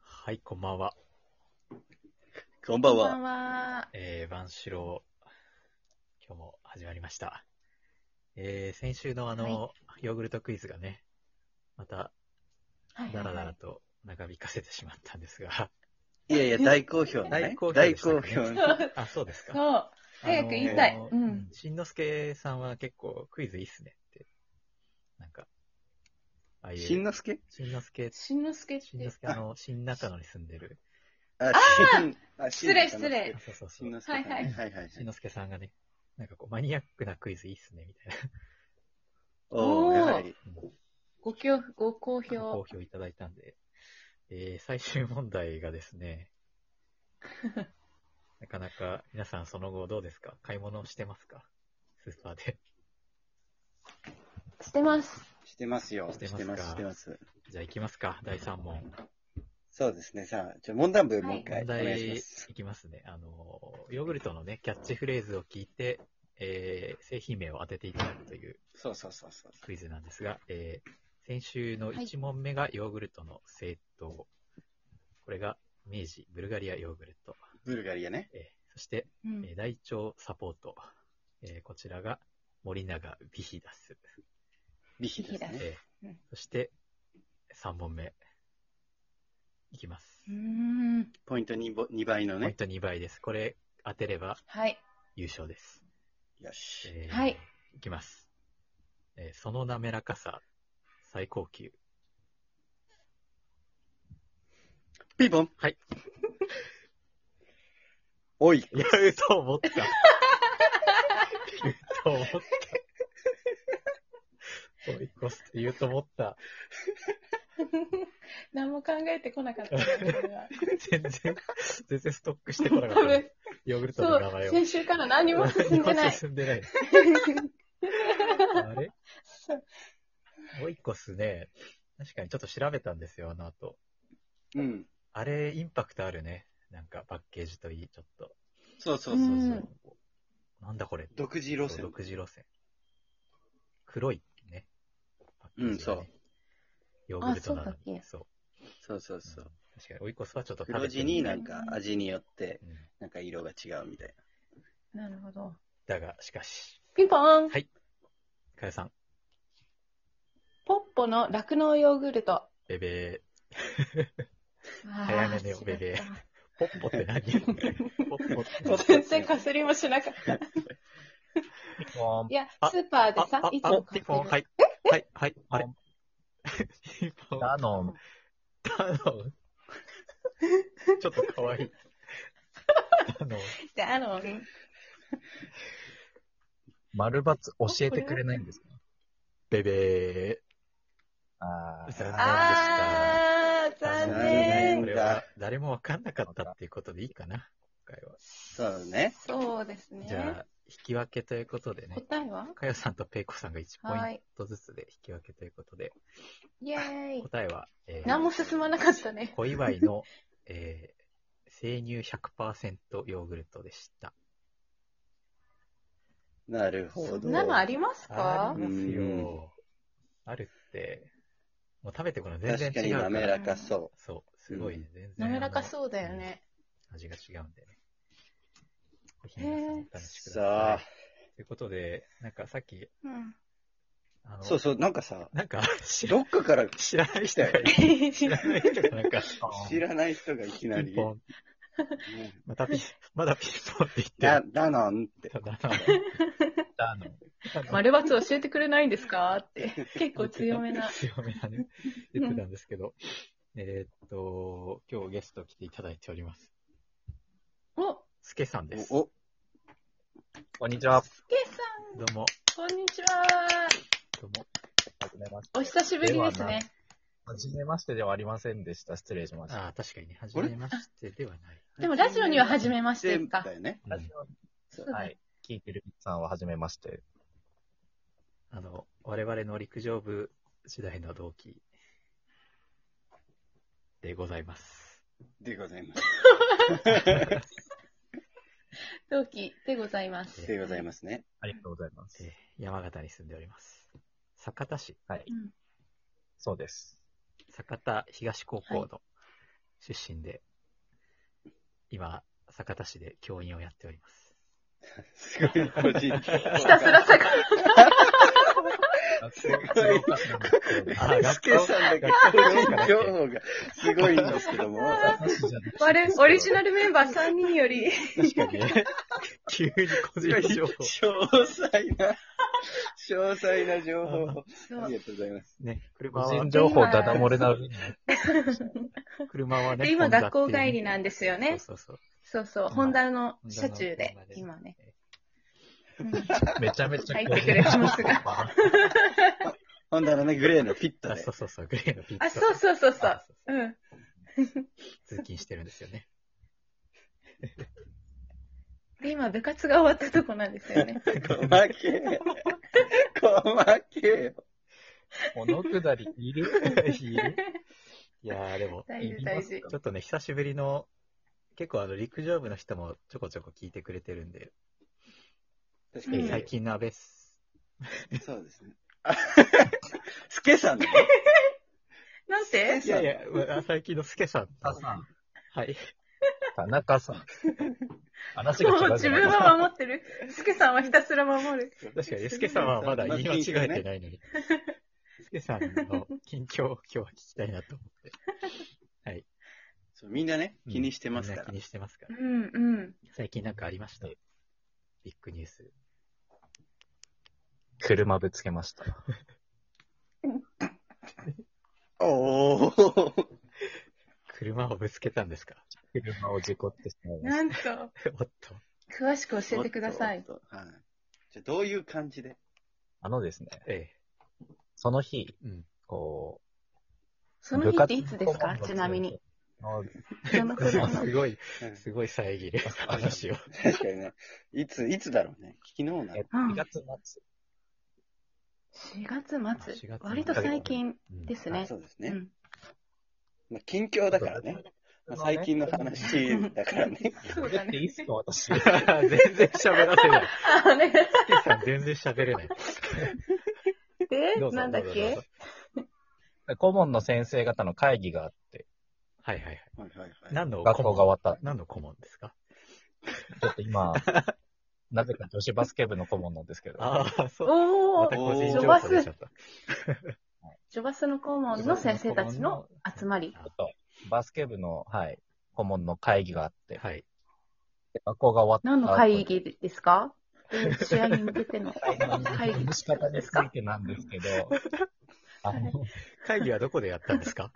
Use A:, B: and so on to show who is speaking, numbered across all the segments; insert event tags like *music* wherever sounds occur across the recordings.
A: はい、こんばんは。
B: こんばん
C: こんばん
B: は。
C: は。
A: えー、万四郎、今日も始まりました。えー、先週のあの、ヨーグルトクイズがね、また、
C: はい
A: だら
C: はい
A: だ
C: は
A: ら
C: い。
A: と長引かせてしまったんですが、
B: いやいや、大好評ね。
A: 大好評で
B: 大
A: したね
B: 好評。
A: あ、そうですか。
C: そう。早く言いたい
A: あのー
C: うん
A: しんのすけさんは結構クイズいいっすねって。なんか、ああいう、
B: しんのすけ
A: しんのすけ、
C: しんのすけっ
A: しんの
C: て。
A: すけ、あの、新中野に住んでる。
B: あ、しんあしん
C: 失礼失礼
A: あそうそう
B: し
A: そ
B: ん
A: う。
B: のすけさんね
C: はいはい
B: はいはい。
A: しんのすけさんがね、なんかこう、マニアックなクイズいいっすね、み
B: *laughs*
A: たいな。
B: おー、
C: おー
B: やはり。
C: ご評ご好
A: ご
C: 評
A: 好。評いただいたんで、えー最終問題がです
B: *laughs*
A: ね、なかなか皆さんその後どうですか買い物してますかスーパーで。
C: してます。
B: してますよ。
A: して
B: し
A: ます
B: て
A: か
B: ます、してます。
A: じゃあ行きますか第3問。
B: そうですね。さあ、じゃあ、問題文もう一回
A: 問
B: お願い
A: 題
B: しま
A: い
B: す。
A: きますね。あの、ヨーグルトのね、キャッチフレーズを聞いて、えー製品名を当てていただくという
B: そうそうそうそう。
A: クイズなんですが、えー先週の1問目がヨーグルトの正統。これが明治ブルガリアヨーグルト。
B: ブルガリアね。
A: えーそして
C: うん
A: えー大腸サポート、えーこちらが森永ビヒダス、
B: ビヒです
C: ビヒダ
B: ね。
A: えー
C: うん
A: そして3問目いきます、
C: うーん。
B: ポイント 2, ぼ2倍の
A: ポイン
B: ね。
A: ト2倍ですこれ当てれば
C: はい。
A: 優勝です、
B: よし。
A: えー
C: はい
A: いきます、えーその滑らかさ最高
C: *laughs*
A: 級
B: ピンポン。
A: はい。
B: *laughs* おい。
A: いやうと思
C: *laughs*
A: ったうと思った追い越すって言うと思った
C: 何も考えてこなかったなこれは
A: 全然全然ストック *laughs* してこなか
C: 多
A: った
C: 分、
A: ヨーグルト
C: そ
A: の
C: う
A: 名前、を
C: 先週から何も進ん
A: *laughs*
C: でない。
A: 進んでない。あれ
C: そう
A: もう一個っすね。確かにちょっと調べたんですよ、あの後。
B: うん。
A: あれ、インパクトあるね。なんかパッケージといい、ちょっと。
B: そうそう
C: う
B: そう。
C: ん
A: なんだこれ。
B: 独自路線。
A: 独自路線。黒いね。パッケージがねヨーグルトなのに。
C: あ
A: そう
B: そうそうそう。
A: うん確かに、追い越すはちょっと食
B: 黒
A: べて
B: 地
A: る
B: になんか味によって、
A: うん
B: なんか色が違うみたいな。
C: なるほど。
A: だが、しかし、
C: ピンポーン
A: はいかよさん、
C: ポッポの酪農ヨーグルト。
A: ベベ早
C: 早
A: めだよベベー、ポッポって *laughs* 何ポッポって
C: 全然かすりもしなかった。いや、
A: あ
C: スーパーでさ
A: あ、
C: いつ
A: あ
C: も
A: あ
C: 買
A: ピ
C: っ
A: ン
C: て
A: ポン、は
C: る。
A: い。はい、はい、あれ。ピンポン、
D: ダノン、
A: ダノン。ちょっとかわいい。ダノン。
C: であの、
D: 丸抜教えてくれないんですか
A: ベベ
D: あ
A: ー。
D: ー
A: 残念
C: あー、
A: でした。
C: 残
B: 残
C: 念
A: こ
B: 念。
A: れは誰もわかんなかったっていうことでいいかな、今回は。
B: そうね。
C: そうですね。
A: じゃあ、引き分けということでね。
C: 答えは
A: かよさんとペイコさんが1ポ
C: は
A: イン
C: い。
A: トずつで引き分けということで、
C: イェーイ。
A: 答えは、えー
C: 何も進まなかったね。
A: 小祝いの、えー、生乳100%ヨーグルトでした。
B: なるほど。
C: そんなのあります
A: あ
C: か
A: りますよ。あるって、もう食べてこの全然
B: 確か
A: 違
B: に
A: うから。
B: 滑らかそ
A: そう、すごいね。全然。
C: 滑らかそうだよね。
A: あの。味が違うんでね。ぜひ
C: へー
A: 皆さんお
B: う。
A: 試しくだ
B: さ
A: さ
B: あ、
A: い。ということで、なんかさっき、
C: うん。
A: あの、
B: そうそう、なんかさ、
A: なんか知ら
B: どっかから
A: 知らない人がいる、知らない人がなんか、
B: 知らない人がいきな
A: ピ
B: り
A: ン、ポン、またピン、まだピンポンって言っ
B: だ、だなんっ
A: て。
B: て
A: る。ただ
D: ダノン。
C: 丸抜教えてくれないんですかって。結構強めな。
A: *laughs* 強め
C: *laughs*
A: なね、言ってたんですけど、えーっと、今日ゲスト来ていただいております。
C: お、
A: スケさんです。ど
B: お、
D: こんにちは。は
C: スケ
A: うも、
C: さん、こんにちは。
A: どうも。
D: じめまして。
C: お久しぶりですね。
D: はじめましてではありませんでした。失礼しました。
A: ああ、確かにね、はじめましてではない。
C: でもラジオには初めましてか
B: だよね。
A: うん
B: そう
D: はい。聞いてるさんははじめまして。
A: あの、我々の陸上部時代の同期でございます。
B: でございます。
C: 同期でございます。
B: でございますね。
D: ありがとうございます。
A: えー山形に住んでおります。酒田市、
D: はい。
C: うん
D: そうです。
A: 酒田東高校の、出身で、今、酒田市で教員をやっております。
B: すごい、個人。
C: ひたすら坂
D: すごいおかしなんですけど。
A: あー
B: すけさんだけ個人情報がすごいんですけども。
D: 話じゃなくて
C: あれ、オリジナルメンバー3人より、
A: 確かにね、 *laughs* 急に個人情報。
B: 詳細な、詳細な情報を。ありがとうございます。
A: ね、車
D: 個
A: は、
D: 人情報ダダ漏れな上に。
A: 車はね、
C: で今
A: ホンダっていう
C: 学校帰りなんですよね
A: そうそう
C: そうそう、
A: 今
C: ホンダの車中
A: ホ
C: で
A: ンダの車、で
C: 今ね。
D: めちゃめちゃ
C: 入ってくれてます
A: *laughs*
C: が
B: ほんだらね、グレーのフィッ
A: そう。あそ。うそ
B: トで
A: うそう、グレーのピッツァ。
C: あ、そうそうそうそ
A: あ
C: う。うん。
A: 通勤してるんですよね。
C: *laughs* で、今、部活が終わったとこなんですよね。
B: 細けえ。細けえよ。
D: このくだりいる
A: いるいやー、でも、
C: 大事
D: いり
C: 大
D: ます
C: 事。
A: ちょっとね、久しぶりの、結構あの、陸上部の人もちょこちょこ聞いてくれてるんで、
B: 確かに
A: 最近の安倍っす。
B: そうですね。あ *laughs* スケさんね。
C: なんて
A: いやいや、う最近のスケさん。
D: 田さん。
A: はい。
D: 田中さん。話
C: も
D: が違うじゃ
C: う
D: な
C: *laughs*
D: い
C: 自分は守ってる。スケさんはひたすら守る。
A: 確かに、スケさんはまだ言い間違えてないの *laughs* に。スケさんの近況を今日は聞きたいなと思って。
B: そうみんなね、
A: うん
B: 気にしてますか
A: みんな
B: ら
A: 気。にしてますか
C: う
A: ら。
C: んうん。
A: 最近なんかありましたビッグニュース。
D: 車ぶつけました。
B: おお。
A: 車をぶつけたんですか *laughs*
D: 車を事故ってしまいまし
C: なんと、
A: おっと。
C: 詳しく教えてください。
B: おっと。おっとはい。じゃあどういう感じで
D: た。あのですね、
A: え
D: その日、
A: え。うん。
D: こう、
C: その日っていつですかちなみに。。どのくらいの
A: *laughs* すごい、
B: うん
A: すごい遮る話を。
B: 確かにね。いつ、いつだろうね。昨日なの。
D: え2月末、
C: 4月
A: 4月
C: 末
A: 末。
C: 割と最近
A: うん
C: ですね
B: あ。そうです
C: う
B: ね。
C: ん。
B: まあ、近況だからね。まあ、最近の話だからね。
C: *laughs* そうだ
D: 喋ってい
C: ね。
D: いっすか、私。 *laughs*
A: 全然 *laughs* 喋らせない。
C: あれ
A: スケ *laughs* さん全然喋れない。
C: で
A: どう、ぞ
C: なんだっ
A: どうぞ
C: け
A: どうぞ
D: 顧問の先生方の会議があって、
A: はいはいはい。
B: *laughs* はいはいはい。
A: 何の
D: 学校が終わった。
A: 何の顧問ですか
D: ちょっ
A: *laughs*
D: と今、なぜか女子バスケ部の顧問なんですけど、
A: ああ、そう。
C: お
A: ま
C: お
A: た
C: ジ
A: 個人情報出ちゃった。
C: ョバスの顧問の先生たちの集まり。
D: バスケ部の、はい、顧問の会議があって、
A: はい。
D: 学校が終わった後
C: 何
D: に。
C: の会議ですか試合に向けての会議
D: の仕方につ
C: *laughs*
D: いてなんですけど、あの、
A: 会議はどこでやったんです *laughs* か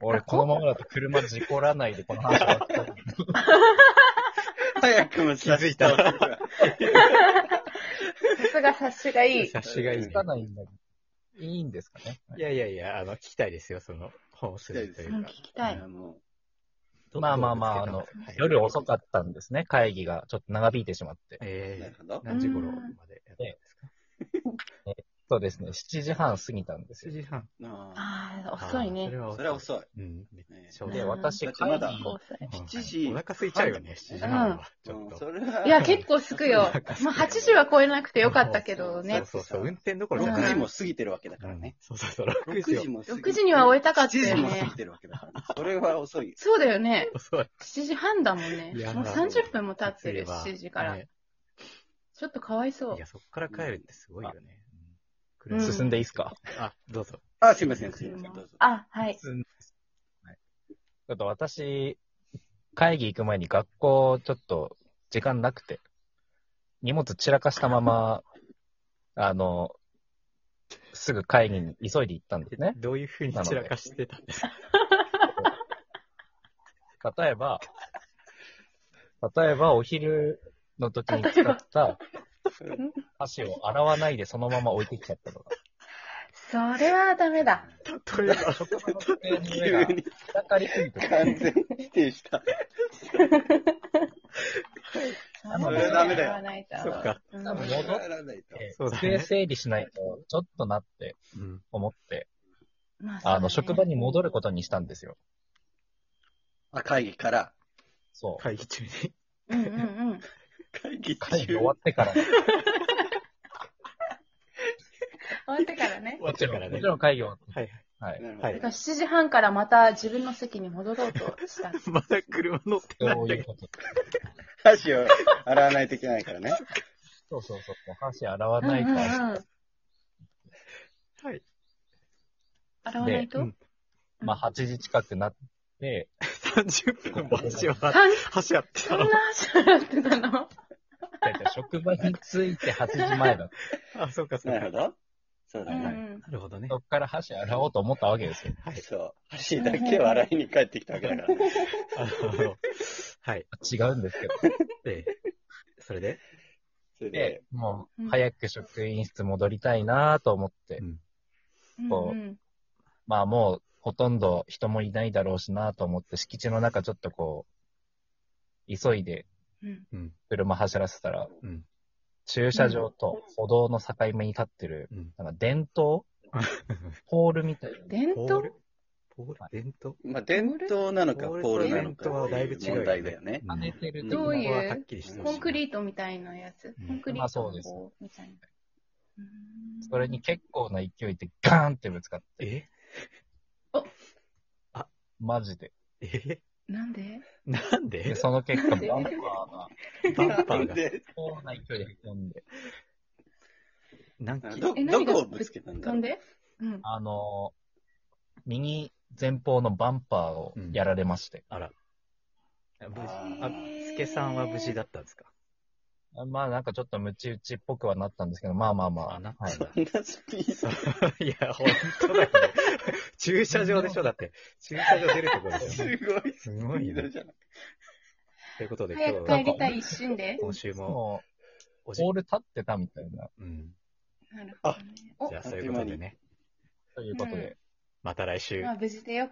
D: 俺このままだと車事故らないでこの話終わったんで
B: 早くも気
A: づい
B: *laughs*
A: た
C: さすが察しがいい。
A: 察しがいいね
D: つ。かないんだけどいいんですかね。
A: いやいやいや、あの、聞きたいですよ、その、本するという
C: うん、
A: か
C: 聞。きたい。
B: も
A: ど
D: まあまあまあ
A: どうぶつけたんですかはい
D: 夜遅かったんですね、会議が。ちょっと長引いてしまって。
B: う、
A: え
B: な
A: え
B: るほど。
A: 何時頃までやったんですか
D: そうですね、7時半過ぎたんです
A: 7時
D: よ。
A: 半。
B: あ
C: ああ、遅い
A: あーそ
C: ね
A: れ。は
B: あ
A: 遅い。
B: それは遅い。
A: うん。
B: ね
A: ちょう
D: で、
A: ど
D: 私、
B: だって
D: 会
B: まだ
D: 議を、
B: 7時
A: お腹空いちゃうよね、7時半は。ち
B: う
A: ょっ
B: ん、
A: と。
B: それは。
C: いや、結構すく
A: *laughs*
C: よ
A: なんか。すく
C: まあ、8時は超えなくてよかったけ
A: そ
C: どね
A: う。そうそう、運転どころじゃ
B: 6
A: ない。
B: 時も過ぎてるわけだからね。
A: そうそうそう、6
B: 6
A: 時よ
B: 時。も過ぎ
C: 6時には終えたかったよ
B: 7時
C: ね
B: も過ぎてるわけだからね。それは遅いよ。
C: そうだよね。
A: 遅い。
C: 7時半だもんね
A: いや。
C: もう30分も経ってる、
A: そういえば
C: 7時から。
A: ね
C: ちょっとかわいそう
A: いや、。そっから帰るってすごいよね。
C: うん
A: 車
D: 進んでいいですか、
A: あ、どうぞ。
B: あ、すいません、すいません。どうぞ。
C: あ、はい。
D: 進んではいちょっと私、会議行く前に学校、ちょっと時間なくて、荷物散らかしたまま、あの、すぐ会議に急いで行ったんですね。
A: どういうふうに散らかしてたんですか
D: 例えば、例えばお昼の時に使った箸を洗わないでそのまま置いてきちゃったとか。
C: それはダメだ。
A: 例えば、
D: 職場の机の上
B: 急
D: が
B: に
D: 散らかりすぎてて、
B: 完全否定した。
D: それは
B: ダメだよ
C: 言わないと
A: そっか
C: うん
B: 多分戻らないと。
A: そうだね
D: 机整理しないとちょっとなって
A: うん。
D: 思って、
C: ま
D: あの、職場に戻る
C: こ
D: ことにしたんですよ。
B: あ、会議から。
D: そう。
A: 会議中に。
C: と。うんうんうん。
B: 会議中。
D: 会議終わってから、
C: 終わってからね。
A: 終わっ
D: もち
A: て
D: ろ
A: か
D: ん
A: ら
D: も
A: ね
D: ち。ろん会議終わって
A: はいはい。
D: はい。
B: なるほど。
A: はい
C: だから7時半からまた自分の席に戻ろうとした。
A: まだ車乗ってない
D: そ
A: ん
D: う
A: だ
D: い
A: け
D: う
A: ど。
D: こと。
B: 箸を洗わないといけないからね。
D: そうそうそう。箸洗わないから。
C: うんうんうん。
A: はい。
C: 洗わないと、
A: うん
D: まあ、8時近くなって、
A: 30分も走は、
C: 三
A: 走やって
C: そ
A: た
C: んな
A: の。
C: 話になってたの
D: だいたい職場に着いて8時前だった。
A: あ、そうか、そう
B: な
A: か。
B: る
A: な
B: ほど。そう
C: う
B: だ
C: んう
B: ね。
C: ん。
A: るほどね
D: そ。っから箸洗おうと思ったわけですよ。
A: はい。
B: そう。箸だけを洗いに帰ってきたわけだからね。
A: あの、はい。
D: 違うんです *laughs* けど。
A: ええ。それで
B: それ
D: で
B: で、、
D: もう、早く職員室戻りたいなと思って、こう
C: うんうん
D: まあもう、ほとんど人もいないだろうしなと思って、敷地の中ちょっとこう、急いで
C: うん
A: うん。
D: 車走らせたら、
A: うん。
D: 駐車場と歩道の境目に立ってる、
A: うん。
D: なんか電 *laughs* 灯ポールみたいな。
C: 伝
A: ポー
C: 統
A: ルポール伝統
B: まあ、伝統なのか、ポールなのか、
A: ポールと伝統はだいぶ違うよね
B: 問題だよね。
D: 跳ねてる
C: どういう
A: ははっきりしてほし
C: コ
A: い
C: ンクリートみたいなやつ。
A: うん
C: コンクリー
D: まあそ
C: ト
D: う
C: の
D: です
C: こうみたいな。うん
D: それに。結構な勢いでガーンってぶつかって、
A: え
D: マジで。
A: え
C: なんで
A: なん
D: で、
A: で
D: その結果、バンパーが、
A: バンパー
B: な
A: が
B: ん。で
D: こうな勢いで飛んで、
A: 何キロ
B: ど、
C: え
B: ど
C: 何が
B: こをぶつけたんだ
C: 飛
B: ろ
C: ん
B: う
C: でうん。
D: あの、右前方のバンパーをやられまして、
A: あら。無事。
B: あ
A: あ、スケさんは無事だったんですか
D: まあなんかちょっとムチ打ちっぽくはなったんですけど、まあまあまあ、
A: あなった
D: はい
A: んだ。
B: そ *laughs* んなスピード。
A: いや、本当だよね。駐車場でしょだって。駐車場出るところです
B: す
C: *laughs*
A: よね。
B: ごい
A: す
B: ス
A: ごい
B: ピード
A: ね。
B: じゃない。
A: ということで、今
C: 早
A: 日
C: く
A: は
C: 帰りたい一心で。
A: 今週も、
D: も
A: お
D: う、
A: じ
D: ポール立ってたみたいな、
A: うん。
C: なるほどね。お
A: じゃあ、そういうことでね。
D: ということで、
C: うん
A: また来週
C: ま。あ無事でよ